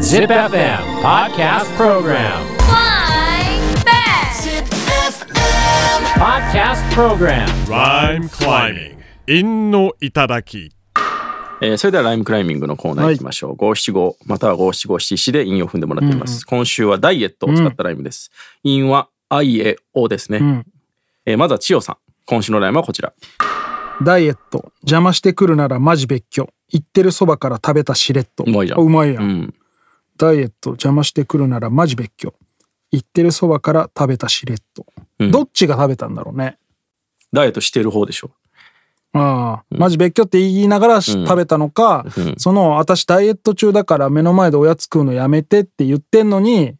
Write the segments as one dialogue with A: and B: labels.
A: Zip FM Podcast Program.
B: Flying back.
A: Podcast Program.
C: Rhyme climbing. 陰の頂き。
D: えーそれではライムクライミングのコーナー行きましょう。五七五または五七五七七で韻を踏んでもらっています。今週はダイエットを使ったライムです。韻、はあいえおですね。えーまずは千代さん。今週のライムはこちら。
E: ダイエット邪魔してくるならマジ別居行ってるそばから食べたシレット
D: うまいじゃん
E: あうまいやん、
D: うん。
E: ダイエット邪魔してくるならマジ別居行ってるそばから食べたシレット、
D: ん
E: どっちが食べたんだろうね
D: ダイエットしてる方でしょ。
E: ああ、マジ別居って言いながらし食べたのか、その私ダイエット中だから目の前でおやつ食うのやめてって言ってんのに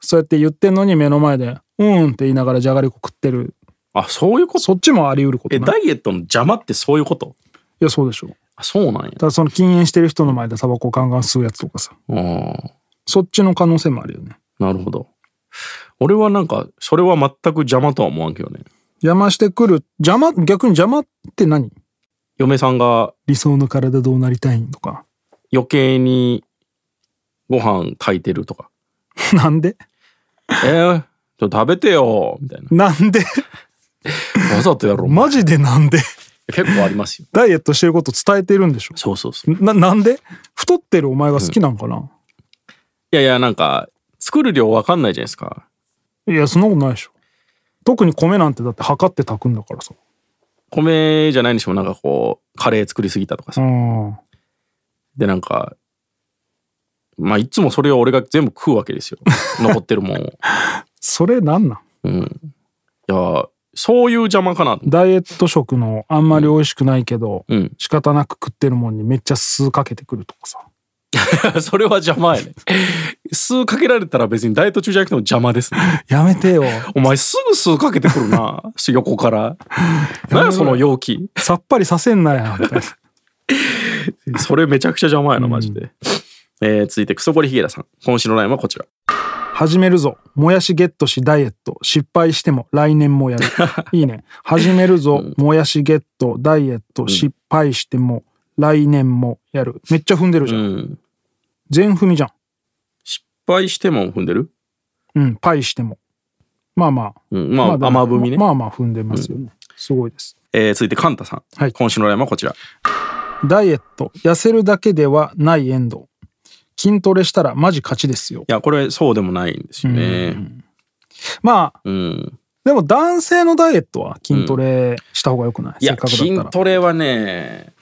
E: そうやって言ってんのに目の前で「うん」って言いながらじゃがりこ食ってる
D: あ、そういうこと
E: そっちもあり得ること
D: え、
E: ない
D: ダイエットの邪魔ってそういうこと
E: いやそうでしょ
D: あ、そうなんや。
E: ただその禁煙してる人の前でタバコをガンガン吸うやつとかさ
D: あー
E: そっちの可能性もあるよね
D: なるほど。俺はなんか、それは全く邪魔とは思わんけどね。
E: 邪魔してくる邪魔逆に邪魔って何
D: 嫁さんが
E: 理想の体どうなりたいんとか
D: 余計にご飯炊いてるとか。
E: なんで
D: えー、ちょっと食べてよみたいな。
E: なんで
D: わざとやろう。
E: マジでなんで
D: 結構ありますよ。
E: ダイエットしてること伝えてるんでしょ
D: そうそうそう。い
E: ななんで太ってるお前が好きなんかな、
D: やいや、なんか、作る量わかんないじゃないですか。
E: いやそんなことないでしょ特に米なんてだって測って炊くんだからさ
D: 米じゃないにしても、なんかこう、カレー作りすぎたとか
E: う
D: さ。
E: ん
D: で、なんか、まあ、いつもそれを俺が全部食うわけです よ。残ってるもんを。
E: それなんなん
D: いや、そういう邪魔かなと思って。
E: ダイエット食のあんまり美味しくないけど、
D: うん
E: 仕方なく食ってるもんにめっちゃ酢かけてくるとかさ
D: それは邪魔やね。数かけられたら別にダイエット中じゃなくても邪魔です、ね。
E: やめてよ
D: お前すぐ数かけてくるな。横から。何やその容器。
E: さっぱりさせんなや みたい な
D: それめちゃくちゃ邪魔やな、マジで。えー続いて、クソゴリヒゲラさん。今週のラインはこちら。
E: 始めるぞ。もやしゲットしダイエット。失敗しても来年も やる。いいね。始めるぞ。もやしゲット、ダイエット。失敗しても来年もやる。めっちゃ踏んでるじゃん。
D: うん。
E: 全踏みじゃん。
D: 失敗しても踏んでる
E: うん。パイしても。まあまあ。
D: うん。まあ、
E: でも
D: 甘踏みね。
E: まあまあ踏んでますよね。すごいです。
D: えー続いて、カンタさん。
E: はい
D: 今週のラインはこちら。
E: ダイエット。痩せるだけではないエンド。筋トレしたらマジ勝ちですよ。
D: いや、これそうでもないんですよね。
E: まあ、
D: うん。
E: でも男性のダイエットは筋トレした方がよくな
D: い
E: い、せ
D: や
E: っ、かくだっ
D: 筋
E: たら。
D: トレはね、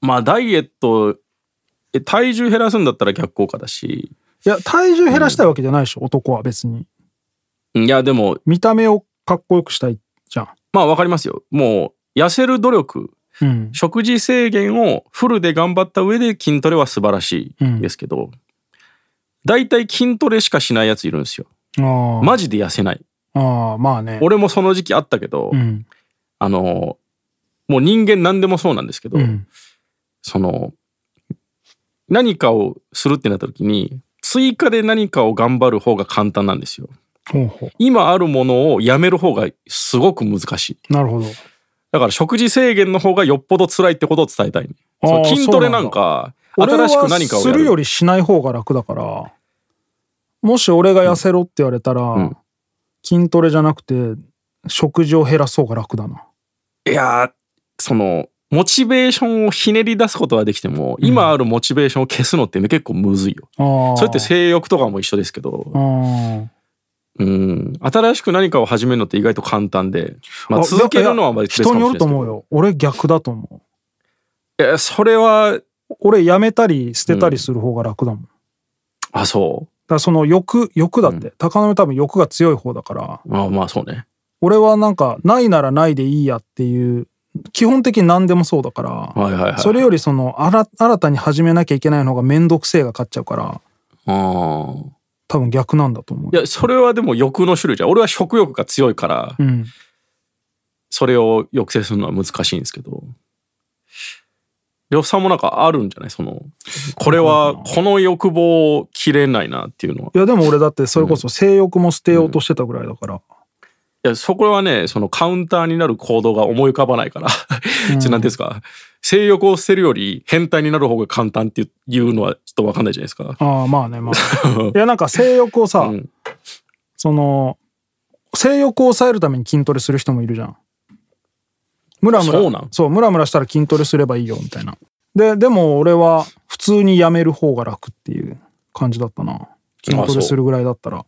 D: まあ、ダイエット、え体重減らすんだったら逆効果だし、
E: いや、体重減らしたいわけじゃないでしょ、男は別に。
D: いや、でも、
E: 見た目をかっこよくしたいじゃん。
D: まあ、わかりますよ。もう、痩せる努力、
E: うん。
D: 食事制限をフルで頑張った上で筋トレは素晴らしいですけど、大体筋トレしかしないやついるんですよ。
E: ああ、
D: マジで痩せない。
E: ああ、まあね。
D: 俺もその時期あったけど、
E: うん。
D: あの、もう人間何でもそうなんですけど、
E: うん。
D: その、何かをするってなった時に、追加で何かを頑張る方が簡単なんですよ。
E: ほうほ
D: 今あるものをやめる方がすごく難しい。
E: う。なるほど。
D: だから食事制限の方がよっぽど辛いってことを伝えたいね、
E: あー
D: その筋トレなんか、新しく何かを
E: 俺はす
D: や
E: る
D: る。
E: よりしない方が楽だから、もし俺が痩せろって言われたら、
D: ん
E: 筋トレじゃなくて、食事を減らそうが楽だな。
D: いやーその、モチベーションをひねり出すことはできても、今あるモチベーションを消すのって結構むずいよ。
E: ああ。
D: それって性欲とかも一緒ですけど
E: あ、あ。
D: うん、新しく何かを始めるのって意外と簡単で、まあ、
E: あ
D: 続けるのはまあ別か
E: 人
D: もしれないで
E: によると
D: すけ
E: 思う
D: ど
E: よ。俺逆だと思う。
D: いやそれは、
E: 俺やめたり捨てたりする方が楽だもん。
D: あ、そ
E: だからその欲欲だって、高野目多分欲が強い方だから
D: う。あまあそうね。
E: 俺はなんかないならないでいいやっていう基本的に何でもそうだから、
D: はいはいはい。
E: それよりそのあら新たに始めなきゃいけないのが面倒くせえが勝っちゃうから
D: ああ。
E: 多分逆なんだと思う
D: いや、それはでも欲の種類じゃん。俺は食欲が強いから
E: う、ん、
D: それを抑制するのは難しいんですけど。呂布さんもなんかあるんじゃないその、これは、この欲望を切れないなっていうのは。
E: いやでも俺だってそれこそ性欲も捨てようとしてたぐらいだから、
D: いや、そこはね、そのカウンターになる行動が思い浮かばないから、 ちょ、なんていうんですか、性欲を捨てるより変態になる方が簡単っていうのはちょっとわかんないじゃないですか。
E: ああまあねまあいやなんか性欲をさ、
D: うん
E: その性欲を抑えるために筋トレする人もいるじゃんムラムラ
D: そうなん
E: そうムラムラしたら筋トレすればいいよみたいなででも俺は普通にやめる方が楽っていう感じだったな筋トレするぐらいだったら
D: い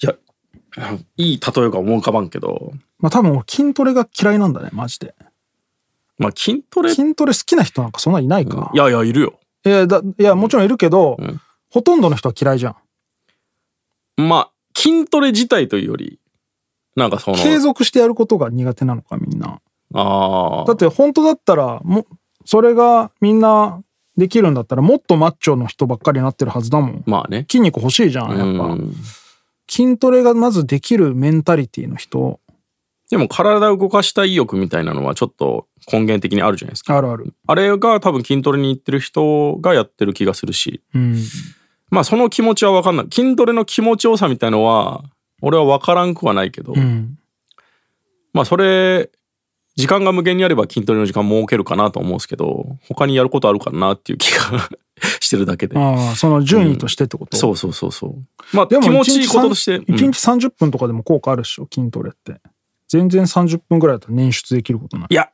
D: や、いい例えが思い浮かばんけど、
E: まあ多分俺筋トレが嫌いなんだねマジで
D: まあ筋トレ、い
E: 筋トレ好きな人なんかそんなにいないか、
D: やいや、いるよ。
E: いやだいやもちろんいるけど、
D: ん
E: ほとんどの人は嫌いじゃん
D: まあ、筋トレ自体というより、なんかその、
E: 継続してやることが苦手なのかみんな
D: あ
E: だ
D: あ
E: っ、て本当だったらもそれがみんなできるんだったらもっとマッチョの人ばっかりになってるはずだもん
D: まあね。
E: 筋肉欲しいじゃんやっぱ、
D: うん
E: 筋トレがまずできるメンタリティの人
D: でも体を動かしたい意欲みたいなのはちょっと根源的にあるじゃないですか。
E: あるある
D: あれが多分筋トレに行ってる人がやってる気がするし、
E: うん
D: まあその気持ちは分かんない。筋トレの気持ちよさみたいのは、俺は分からんくはないけど、
E: うん
D: まあそれ、時間が無限にあれば筋トレの時間設けるかなと思うんですけど、他にやることあるかなっていう気が してるだけで。
E: ああその順位としてってこと、
D: そうそうそうそう。まあ
E: でも
D: 気持ちいいこととして、
E: 1日
D: うん
E: 30分とかでも効果あるでしょ筋トレって全然30分ぐらいだったら捻出できることない
D: いや、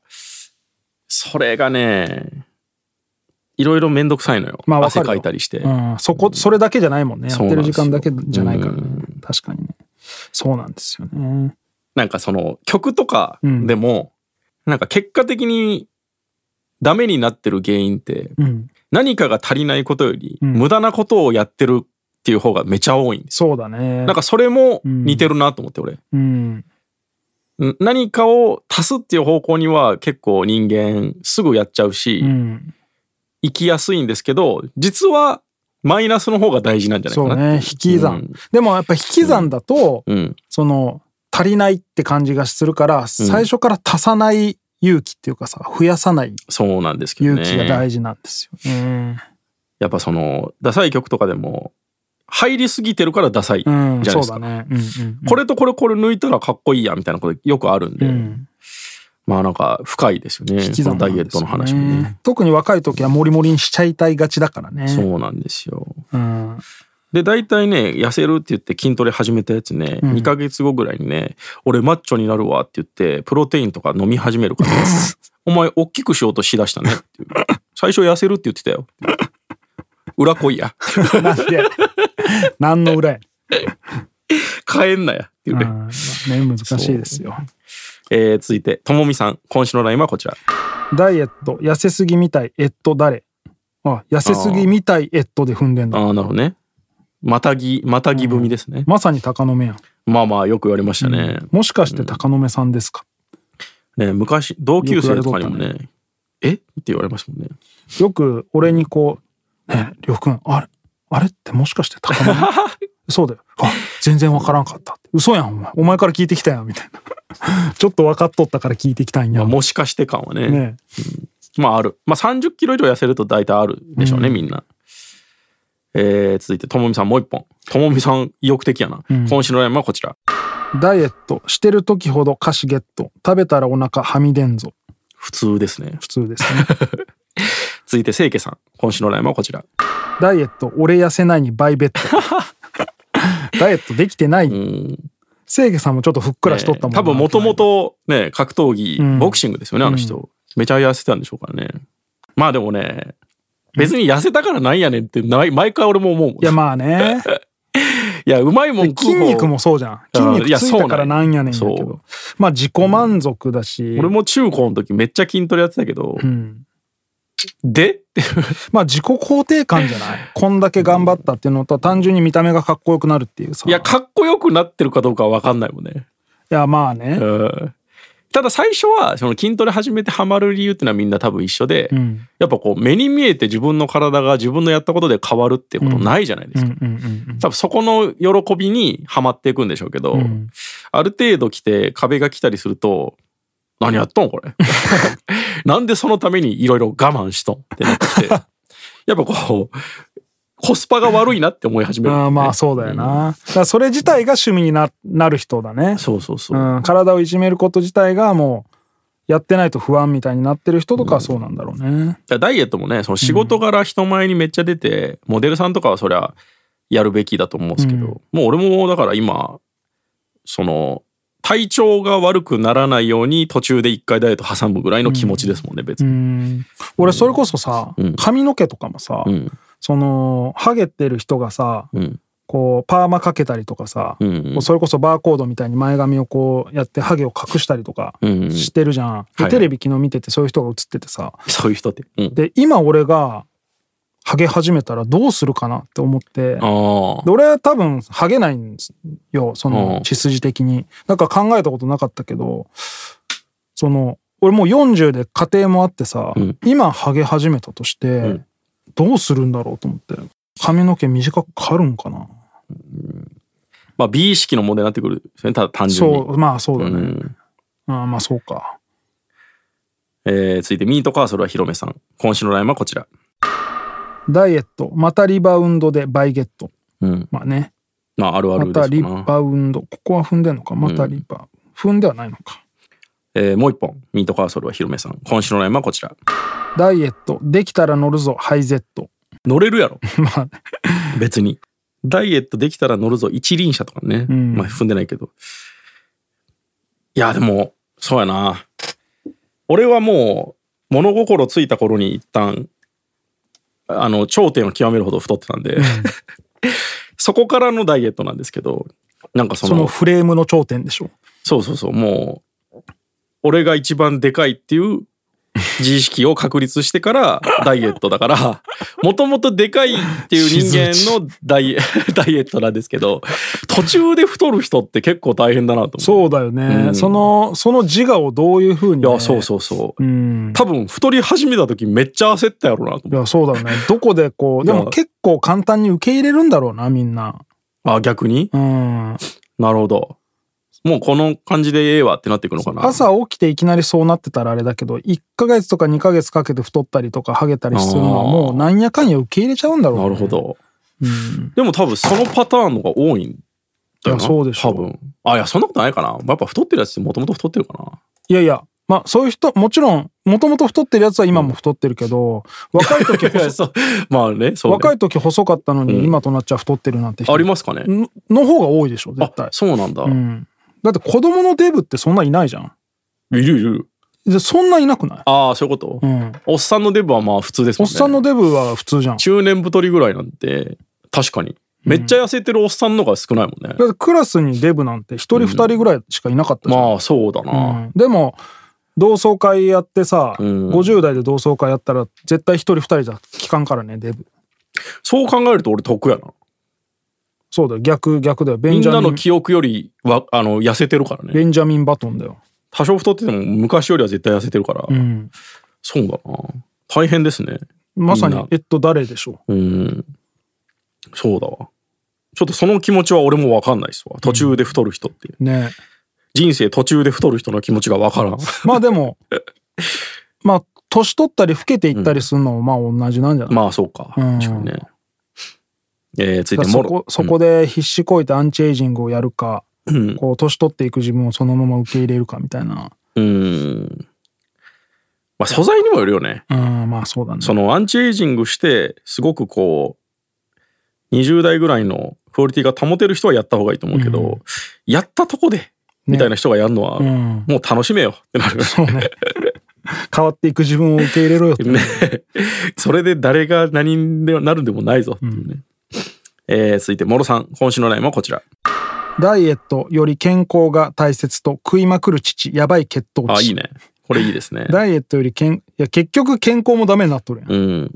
D: それがね、いろいろめんどくさいのよ。
E: まあわか
D: 汗
E: るよ
D: かいたりして。
E: うん、そこそれだけじゃないもんねやっ
D: そう
E: て
D: なん
E: る
D: です
E: 時
D: よ
E: 間だけじゃないから、ね
D: う
E: 確かにねそうなんですよね
D: なんかその曲とかでも、なんか結果的にダメになってる原因って
E: うん
D: 何かが足りないことより
E: うん
D: 無駄なことをやってるっていう方がめちゃ多いんです。
E: そうだね
D: なんかそれも似てるなと思って俺。
E: うん
D: ん何かを足すっていう方向には結構人間すぐやっちゃうし、
E: うん
D: 行きやすいんですけど、実はマイナスの方が大事なんじゃない
E: そ
D: かな
E: う。ね引き算、
D: うん
E: でもやっぱ引き算だと、
D: うん。
E: その足りないって感じがするから最初から足さない勇気っていうかさ増やさない
D: そうなんですけどね。
E: 勇気が大事なんですよね。
D: やっぱその、ダサい曲とかでも、入りすぎてるからダサいじ
E: う
D: ゃない
E: ん、うん
D: ですか。
E: そうだね。うんうんうん
D: これとこれこれ抜いたらかっこいいやみたいなことよくあるんで、
E: うん
D: まあなんか深いですよね
E: 引き
D: こ
E: 算な
D: の
E: ん
D: ダイエッ
E: です
D: ト
E: よね
D: の話もね。
E: 特に若い時はモリモリにしちゃいたいがちだからね。
D: そうなんですよ
E: うん、
D: で大体ね痩せるって言って筋トレ始めたやつね、2ヶ月後ぐらいにね俺マッチョになるわって言ってプロテインとか飲み始めるから、 お前大きくしようとしだしたねっていう最初痩せるって言ってたよ裏来いや
E: なん で何の裏や、
D: 帰んなやっていううんね、
E: まあね、難しいですよ。
D: えー続いてともみさん今週のラインはこちら
E: ダイエット痩せすぎみたいえっと誰あ痩せすぎみたいえっとで踏んでんだ
D: ああなるほどねまたぎまたぎ組ですね、
E: まさに鷹の目やん。
D: まあまあよく言われましたね。
E: もしかして鷹の目さんですか、
D: ね昔同級生とかにも
E: よ
D: ねえって言われましたもんね。
E: よく俺にこう「ねえりょうくんあれあれってもしかして鷹 の目そうだよあ全然わからんかった」って「嘘やんお前お前から聞いてきたやん」みたいな ちょっと分かっとったから聞いてきたん
D: ま
E: や
D: あ、もしかして感はね
E: ね
D: まあある。まあ30キロ以上痩せると大体あるでしょうね、みんな。えー続いてともみさんもう一本。ともみさん意欲的やな。今週のラインはこちら。
E: ダイエットしてる時ほど菓子ゲット食べたらお腹はみ出んぞ
D: 普通ですね。
E: 普通です ね
D: 続いてせいけさん。今週のラインはこちら。
E: ダイエット俺痩せないに 倍ベッドダイエットできてない
D: うん。
E: 清家さんもちょっとふっくらしとったもんな
D: 多分もともとね、格闘技、
E: ん
D: ボクシングですよね、あの人。めちゃ痩せてたんでしょうからね。まあでもね、別に痩せたからなんやねんって、毎毎回俺も思うもん。
E: いやまあね
D: いや、うまいもん食う
E: 筋
D: 方
E: 肉もそうじゃん
D: う
E: 筋
D: ん
E: 肉
D: いや
E: ついたから
D: そうな
E: なん
D: よ
E: んやねんだけ
D: そ
E: ど
D: う
E: まあ自己満足だし、
D: 俺も中高の時めっちゃ筋トレやってたけど、
E: うん、
D: で
E: まあ自己肯定感じゃな いこんだけ頑張ったっていうのと単純に見た目がかっこよくなるっていうさ
D: いや、かっこよくなってるかどうかは分かんないもんね。
E: いやまあね
D: うんただ最初はその筋トレ始めてハマる理由ってのはみんな多分一緒で、
E: うん
D: やっぱこう目に見えて自分の体が自分のやったことで変わるってことないじゃないで
E: う
D: す
E: ん
D: か。
E: うんうん
D: 多分そこの喜びにはまっていくんでしょうけど、
E: ん
D: ある程度来て壁が来たりすると何やっとんこ れなんでそのためにいろいろ我慢しとんってなってきてやっぱこうコスパが悪いなって思い始めるんだよね、
E: あーまあそうだよな、だからそれ自体が趣味にななる人だね
D: そうそうそう、
E: うん、体をいじめること自体がもうやってないと不安みたいになってる人とかはそうなんだろうね、
D: だからダイエットもねその仕事柄人前にめっちゃ出て、モデルさんとかはそりゃやるべきだと思うんですけど、もう俺もだから今その体調が悪くならないように途中で一回ダイエット挟むぐらいの気持ちですもんね、別
E: う
D: に。
E: ん俺それこそさ、
D: うん
E: 髪の毛とかもさ、
D: うん
E: そのハゲてる人がさ
D: うん
E: こうパーマかけたりとかさ、
D: うん
E: こうそれこそバーコードみたいに前髪をこうやってハゲを隠したりとか
D: うんうん
E: してるじゃん、で
D: はい
E: テレビ昨日見ててそういう人が映っててさ
D: そういう人って。うん、
E: で今俺がハゲ始めたらどうするかなって思って
D: ああ
E: で俺多分ハゲないんですよその
D: うん
E: 血筋的になんか考えたことなかったけどその俺もう40で家庭もあってさ、
D: うん
E: 今ハゲ始めたとして、
D: ん
E: どうするんだろうと思って髪の毛短く刈るんかな
D: まあ美意識の問題になってくるんですよねただ単純に。
E: そうまあそうだね、
D: うん
E: ああまあそうか
D: えー続いてミートカーソルは広めさん今週のラインはこちら、
E: ダイエットまたリバウンドでバイゲット
D: うん、
E: まあね
D: まああるあ
E: ま
D: るで
E: た
D: すか
E: リ
D: な、
E: バウンドここは踏んでんのかまたリバ、踏んではないのか
D: えーもう一本ミートカーソルは広めさん今週のラインはこちら
E: ダイエットできたら乗るぞハイゼット
D: 乗れるやろ
E: まあ
D: 別にダイエットできたら乗るぞ一輪車とかね、
E: ん
D: まあ踏んでないけどいやでもそうやな俺はもう物心ついた頃に一旦あの頂点を極めるほど太ってたんで、 そこからのダイエットなんですけどなんかそ
E: そ
D: の
E: のフレームの頂点でしょ
D: そうそうそう、もう、俺が一番でかいって いう自意識を確立してからダイエットだ から、もともとでかいっていう人間のダ イエダイエットなんですけど、途中で太る人って結構大変だなと思
E: そうだよね、
D: うん
E: そのその自我をどういうふうに、
D: う。い
E: ね、
D: や、そうそうそう。
E: うん
D: 多分太り始めた時めっちゃ焦ったやろうなと
E: い
D: 思う。
E: やそうだよねどこでこうで
D: い
E: も
D: や
E: 結構簡単に受け入れるんだろうなみんな
D: あ、逆に
E: うん
D: なるほど。もうこの感じでええわってなっていくのかな。
E: 朝起きていきなりそうなってたらあれだけど1ヶ月とか2ヶ月かけて太ったりとかハゲたりするのは
D: あー
E: もうなんやかんや受け入れちゃうんだろうね
D: なるほど。
E: うん
D: でも多分そのパターンのが多いんだよ
E: いや
D: な。
E: そうでしょ
D: 多分。あ、いや、そんなことないかな。やっぱ太ってるやつってもともと太ってるかな。
E: いやいやまあそういう人もちろんもともと太ってるやつは今も太ってるけど、若い時
D: いや
E: 細
D: そうまあね、そうね
E: 若い時細かったの
D: うん
E: に今となっちゃ太ってるなんて人
D: ありますかね。
E: のの方が多いでしょ
D: あ
E: 絶対、
D: そうなんだ。
E: うん、だって子供のデブってそんないないじゃん
D: いるいる。
E: でそんないなくない、
D: ああ、そういうこと、
E: うん、
D: おっさんのデブはまあ普通です
E: お
D: も
E: っ
D: んね。
E: さんのデブは普通じゃんだ
D: 中年太りぐらいなんて、確かに。めっちゃ痩せてるおっさんの方が少ないもんね。
E: ってクラスにデブなんて一人二人ぐらいしかいなかったじゃん、
D: まあそうだ
E: う
D: な。
E: んでも同窓会やってさ、
D: うん
E: 50代で同窓会やったら絶対一人二人じゃ効かんからねデブ
D: そう考えると俺得やな。
E: そうだよ逆逆だよベ
D: み
E: ン
D: ん
E: ジャ
D: な
E: ミン
D: の記憶よりは、あの、痩せてるからね。
E: ベンジャミン・バトンだよ、
D: 多少太ってても昔よりは絶対痩せてるから。
E: うん、
D: そうだな。大変ですね。
E: まさ
D: みん
E: に
D: な
E: えっと誰でしょ
D: うん。そうだわ。ちょっとその気持ちは俺もわかんないっすわ。途中で太る人っていう。
E: うねえ
D: 人生途中で太る人の気持ちがわからん。
E: まあでも まあ年取ったり老けていったりするのもまあ同じなんじゃない、
D: まあそうか。確
E: うん
D: かにね。えー、つい
E: だ
D: て
E: から
D: も
E: そ
D: ろ
E: こそこで必死こいてアンチエイジングをやるか、
D: うん
E: こう年取っていく自分をそのまま受け入れるかみたいな
D: うん。まあ素材にもよるよね。
E: うんまあそうだね
D: そのアンチエイジングして、すごくこう、20代ぐらいのクオリティが保てる人はやった方がいいと思うけど、
E: うん
D: やったとこで、みたいな人がやるのは、
E: うん
D: もう楽しめよってなる。
E: そうね 変わっていく自分を受け入れろよって
D: ね、それで誰が何になるでもないぞっていうね、えー続いてもろさん今週のラインはこちら
E: ダイエットより健康が大切と食いまくる父やばい血糖値
D: あいいねこれいいですね
E: ダイエットよりけんいや結局健康もダメになっとるやん、
D: うん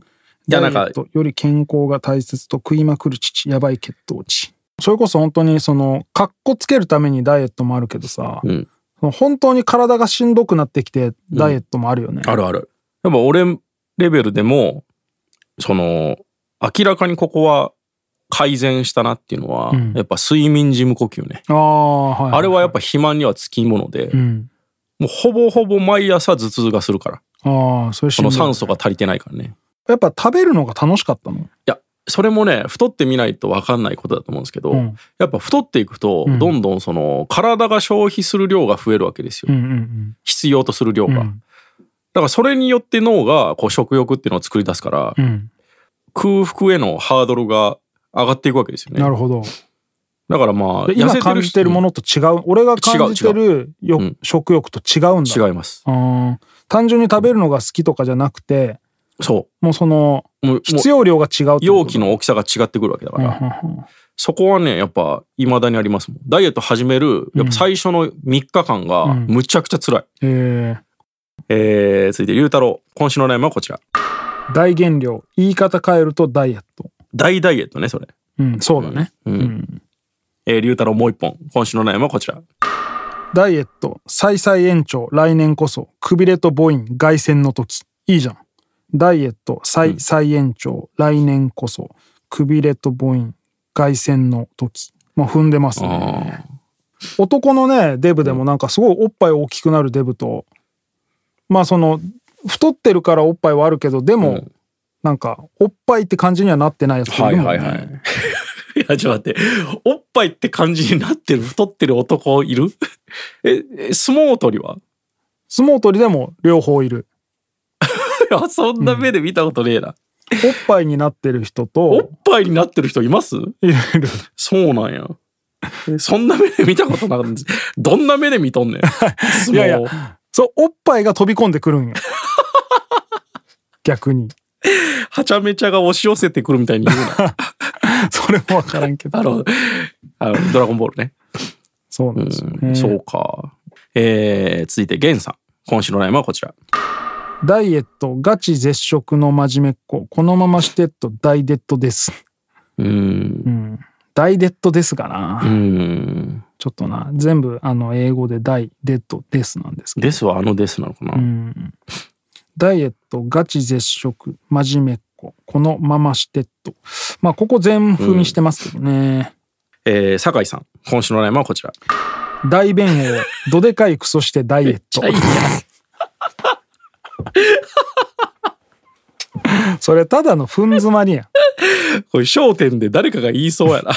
D: いやなん
E: ダイ
D: か
E: エットより健康が大切と食いまくる父やばい血糖値それこそ本当にそのかっこつけるためにダイエットもあるけどさ、
D: うん
E: その本当に体がしんどくなってきてダイエットもあるよね、
D: あるあるやっぱ俺レベルでもその明らかにここは改善したなっていうのは、
E: うん
D: やっぱ睡眠時無呼吸ね
E: ああはい
D: あれはやっぱ肥満にはつきもので、
E: うん
D: もうほぼほぼ毎朝頭痛がするから
E: ああそれし
D: そ
E: んど
D: の
E: い
D: 酸素が足りてないからね
E: やっぱ食べるのが楽しかったの
D: いやそれもね太ってみないと分かんないことだと思うんですけど、
E: うん
D: やっぱ太っていくと、
E: うん
D: どんどんその体が消費する量が増えるわけですよ、
E: うんうん
D: 必要とする量
E: う
D: が、
E: んう
D: だ
E: ん
D: からそれによって脳がこう食欲っていうのを作り出すから、
E: うん
D: 空腹へのハードルが上がっていくわけですよね
E: なるほど
D: だからまあ
E: で今感じてるものと違う俺が感じてるよ
D: うん
E: 食欲と違うんだ
D: 違います
E: うん単純に食べるのが好きとかじゃなくて
D: そ
E: もうその
D: うもう
E: 必
D: もう
E: 要量が違うってこと
D: 容器の大きさが違ってくるわけだから、
E: うんうんうん
D: そこはねやっぱいまだにありますもんダイエット始めるやっぱ最初の3日間が
E: うん
D: むちゃくちゃ辛い、
E: え
D: えー、続いて龍太郎今週の悩みはこちら
E: ー大減量言い方変えるとダイエット
D: 大ダイエットねそれ
E: うんそうだね
D: うん、
E: ん
D: えー、龍太郎もう一本今週の悩みはこちら
E: ダイエット再々延長来年こそくびれと母音凱旋の時いいじゃんダイエット再再延長、来年こそくびれと母音凱旋の時もう踏んでますね
D: あ
E: 男のねデブでもなんかすごいおっぱい大きくなるデブとまあその太ってるからおっぱいはあるけどでも、
D: うん
E: なんかおっぱいって感じにはなってないやつ
D: ー
E: も
D: はい
E: るもんね
D: はいはい いやちょっと待っておっぱいって感じになってる太ってる男いる ええ相撲取りは
E: 相撲取りでも両方いる
D: いやそんな目で見たことねえな、
E: おっぱいになってる人
D: おっ
E: と
D: ぱいになってる人います
E: いるいる
D: そうなんや。そんな目で見たことなかったんです。どんな目で見と んねん。相撲
E: いやいやそうおっぱいが飛び込んでくるんよ 逆に
D: はちゃめちゃが押し寄せてくるみたいに言う な。
E: それも分からんけど
D: あの、あのドラゴンボールね。
E: そうなんですよね、
D: そうか。えー、続いて、ゲンさん。今週のライムはこちら。
E: ダイエットガチ絶食の真面目っ子このまましてっと大デッドです
D: うーん。
E: うん大デッドですがな、
D: うーん。
E: ちょっとな全部あの英語で大デッドですなんですけど
D: ですはあのですなのかな。
E: うんダイエットガチ絶食真面目っ子このまましてっとまあここ全踏みしてますけどね、
D: えー、酒井さん。今週のライムはこちら。
E: 大便をどでかいクソしてダイエッ ト
D: めっちゃいい
E: それただのふん詰まりやん
D: これ、焦点で誰かが言いそうやな。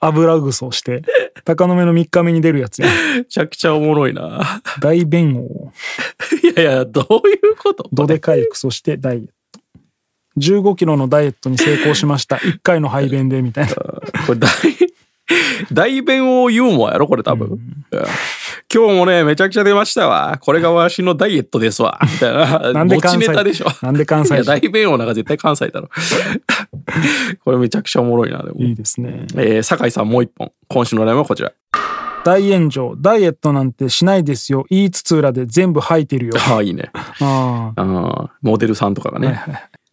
E: 油ぐそして鷹の目の3日目に出るやつやん
D: めちゃくちゃおもろいな。
E: 大便を
D: いやいや、どういうこと
E: どでかいクソしてダイエット15キロのダイエットに成功しました1回の排便でみ たいな
D: これ大大弁をユーモアやろこれ多分、うん今日もねめちゃくちゃ出ましたわこれがわしのダイエットですわみたいな
E: なんで
D: 持
E: 関
D: ち
E: 西
D: ネタでしょ
E: なんで関西
D: いや
E: 人
D: 大弁王なんか絶対関西だろこれめちゃくちゃおもろいなでも、
E: いいですね
D: えー酒井さんもう一本今週のライブはこちら
E: 大炎上ダイエットなんてしないですよ言いつつ裏で全部吐いて るよ
D: ああいいね
E: ああ
D: あーモデルさんとかが ね、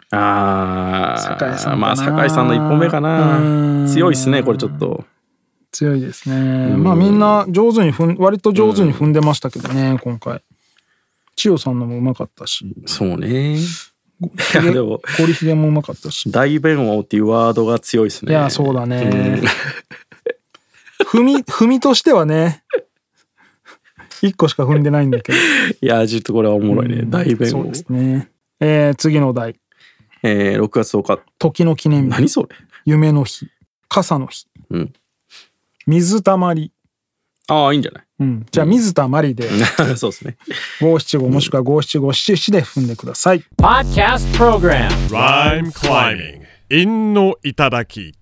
D: ああ
E: 酒井さんかな
D: まあ酒井さんの一本目か
E: う
D: なん強いっすねこれちょっと
E: 強いですねまあみんな上手に踏ん割と上手に踏んでましたけどね今回千代さんのもうまかったし
D: そうね
E: ゴ
D: いやでも
E: リヒゲもうまかったし
D: 大弁王っていうワードが強いっす
E: い
D: ね
E: やそうだね踏み 踏みとしてはね1個しか踏んでないんだけど
D: いや、ちょっとこれはおもろいね。大弁
E: そ
D: を
E: うで。すねえー次のお題
D: えー、6月10日。
E: 「時の記念日
D: 何それ
E: 夢の日傘の日」
D: うん
E: 水たまり」
D: ああ、いいんじゃ
E: うん、じゃあ水たまりで
D: ない そうですね。
E: 五七五もしくは五七五七七で踏んでください。
A: Podcast Program
C: Rhyme climbing. 韻の頂き。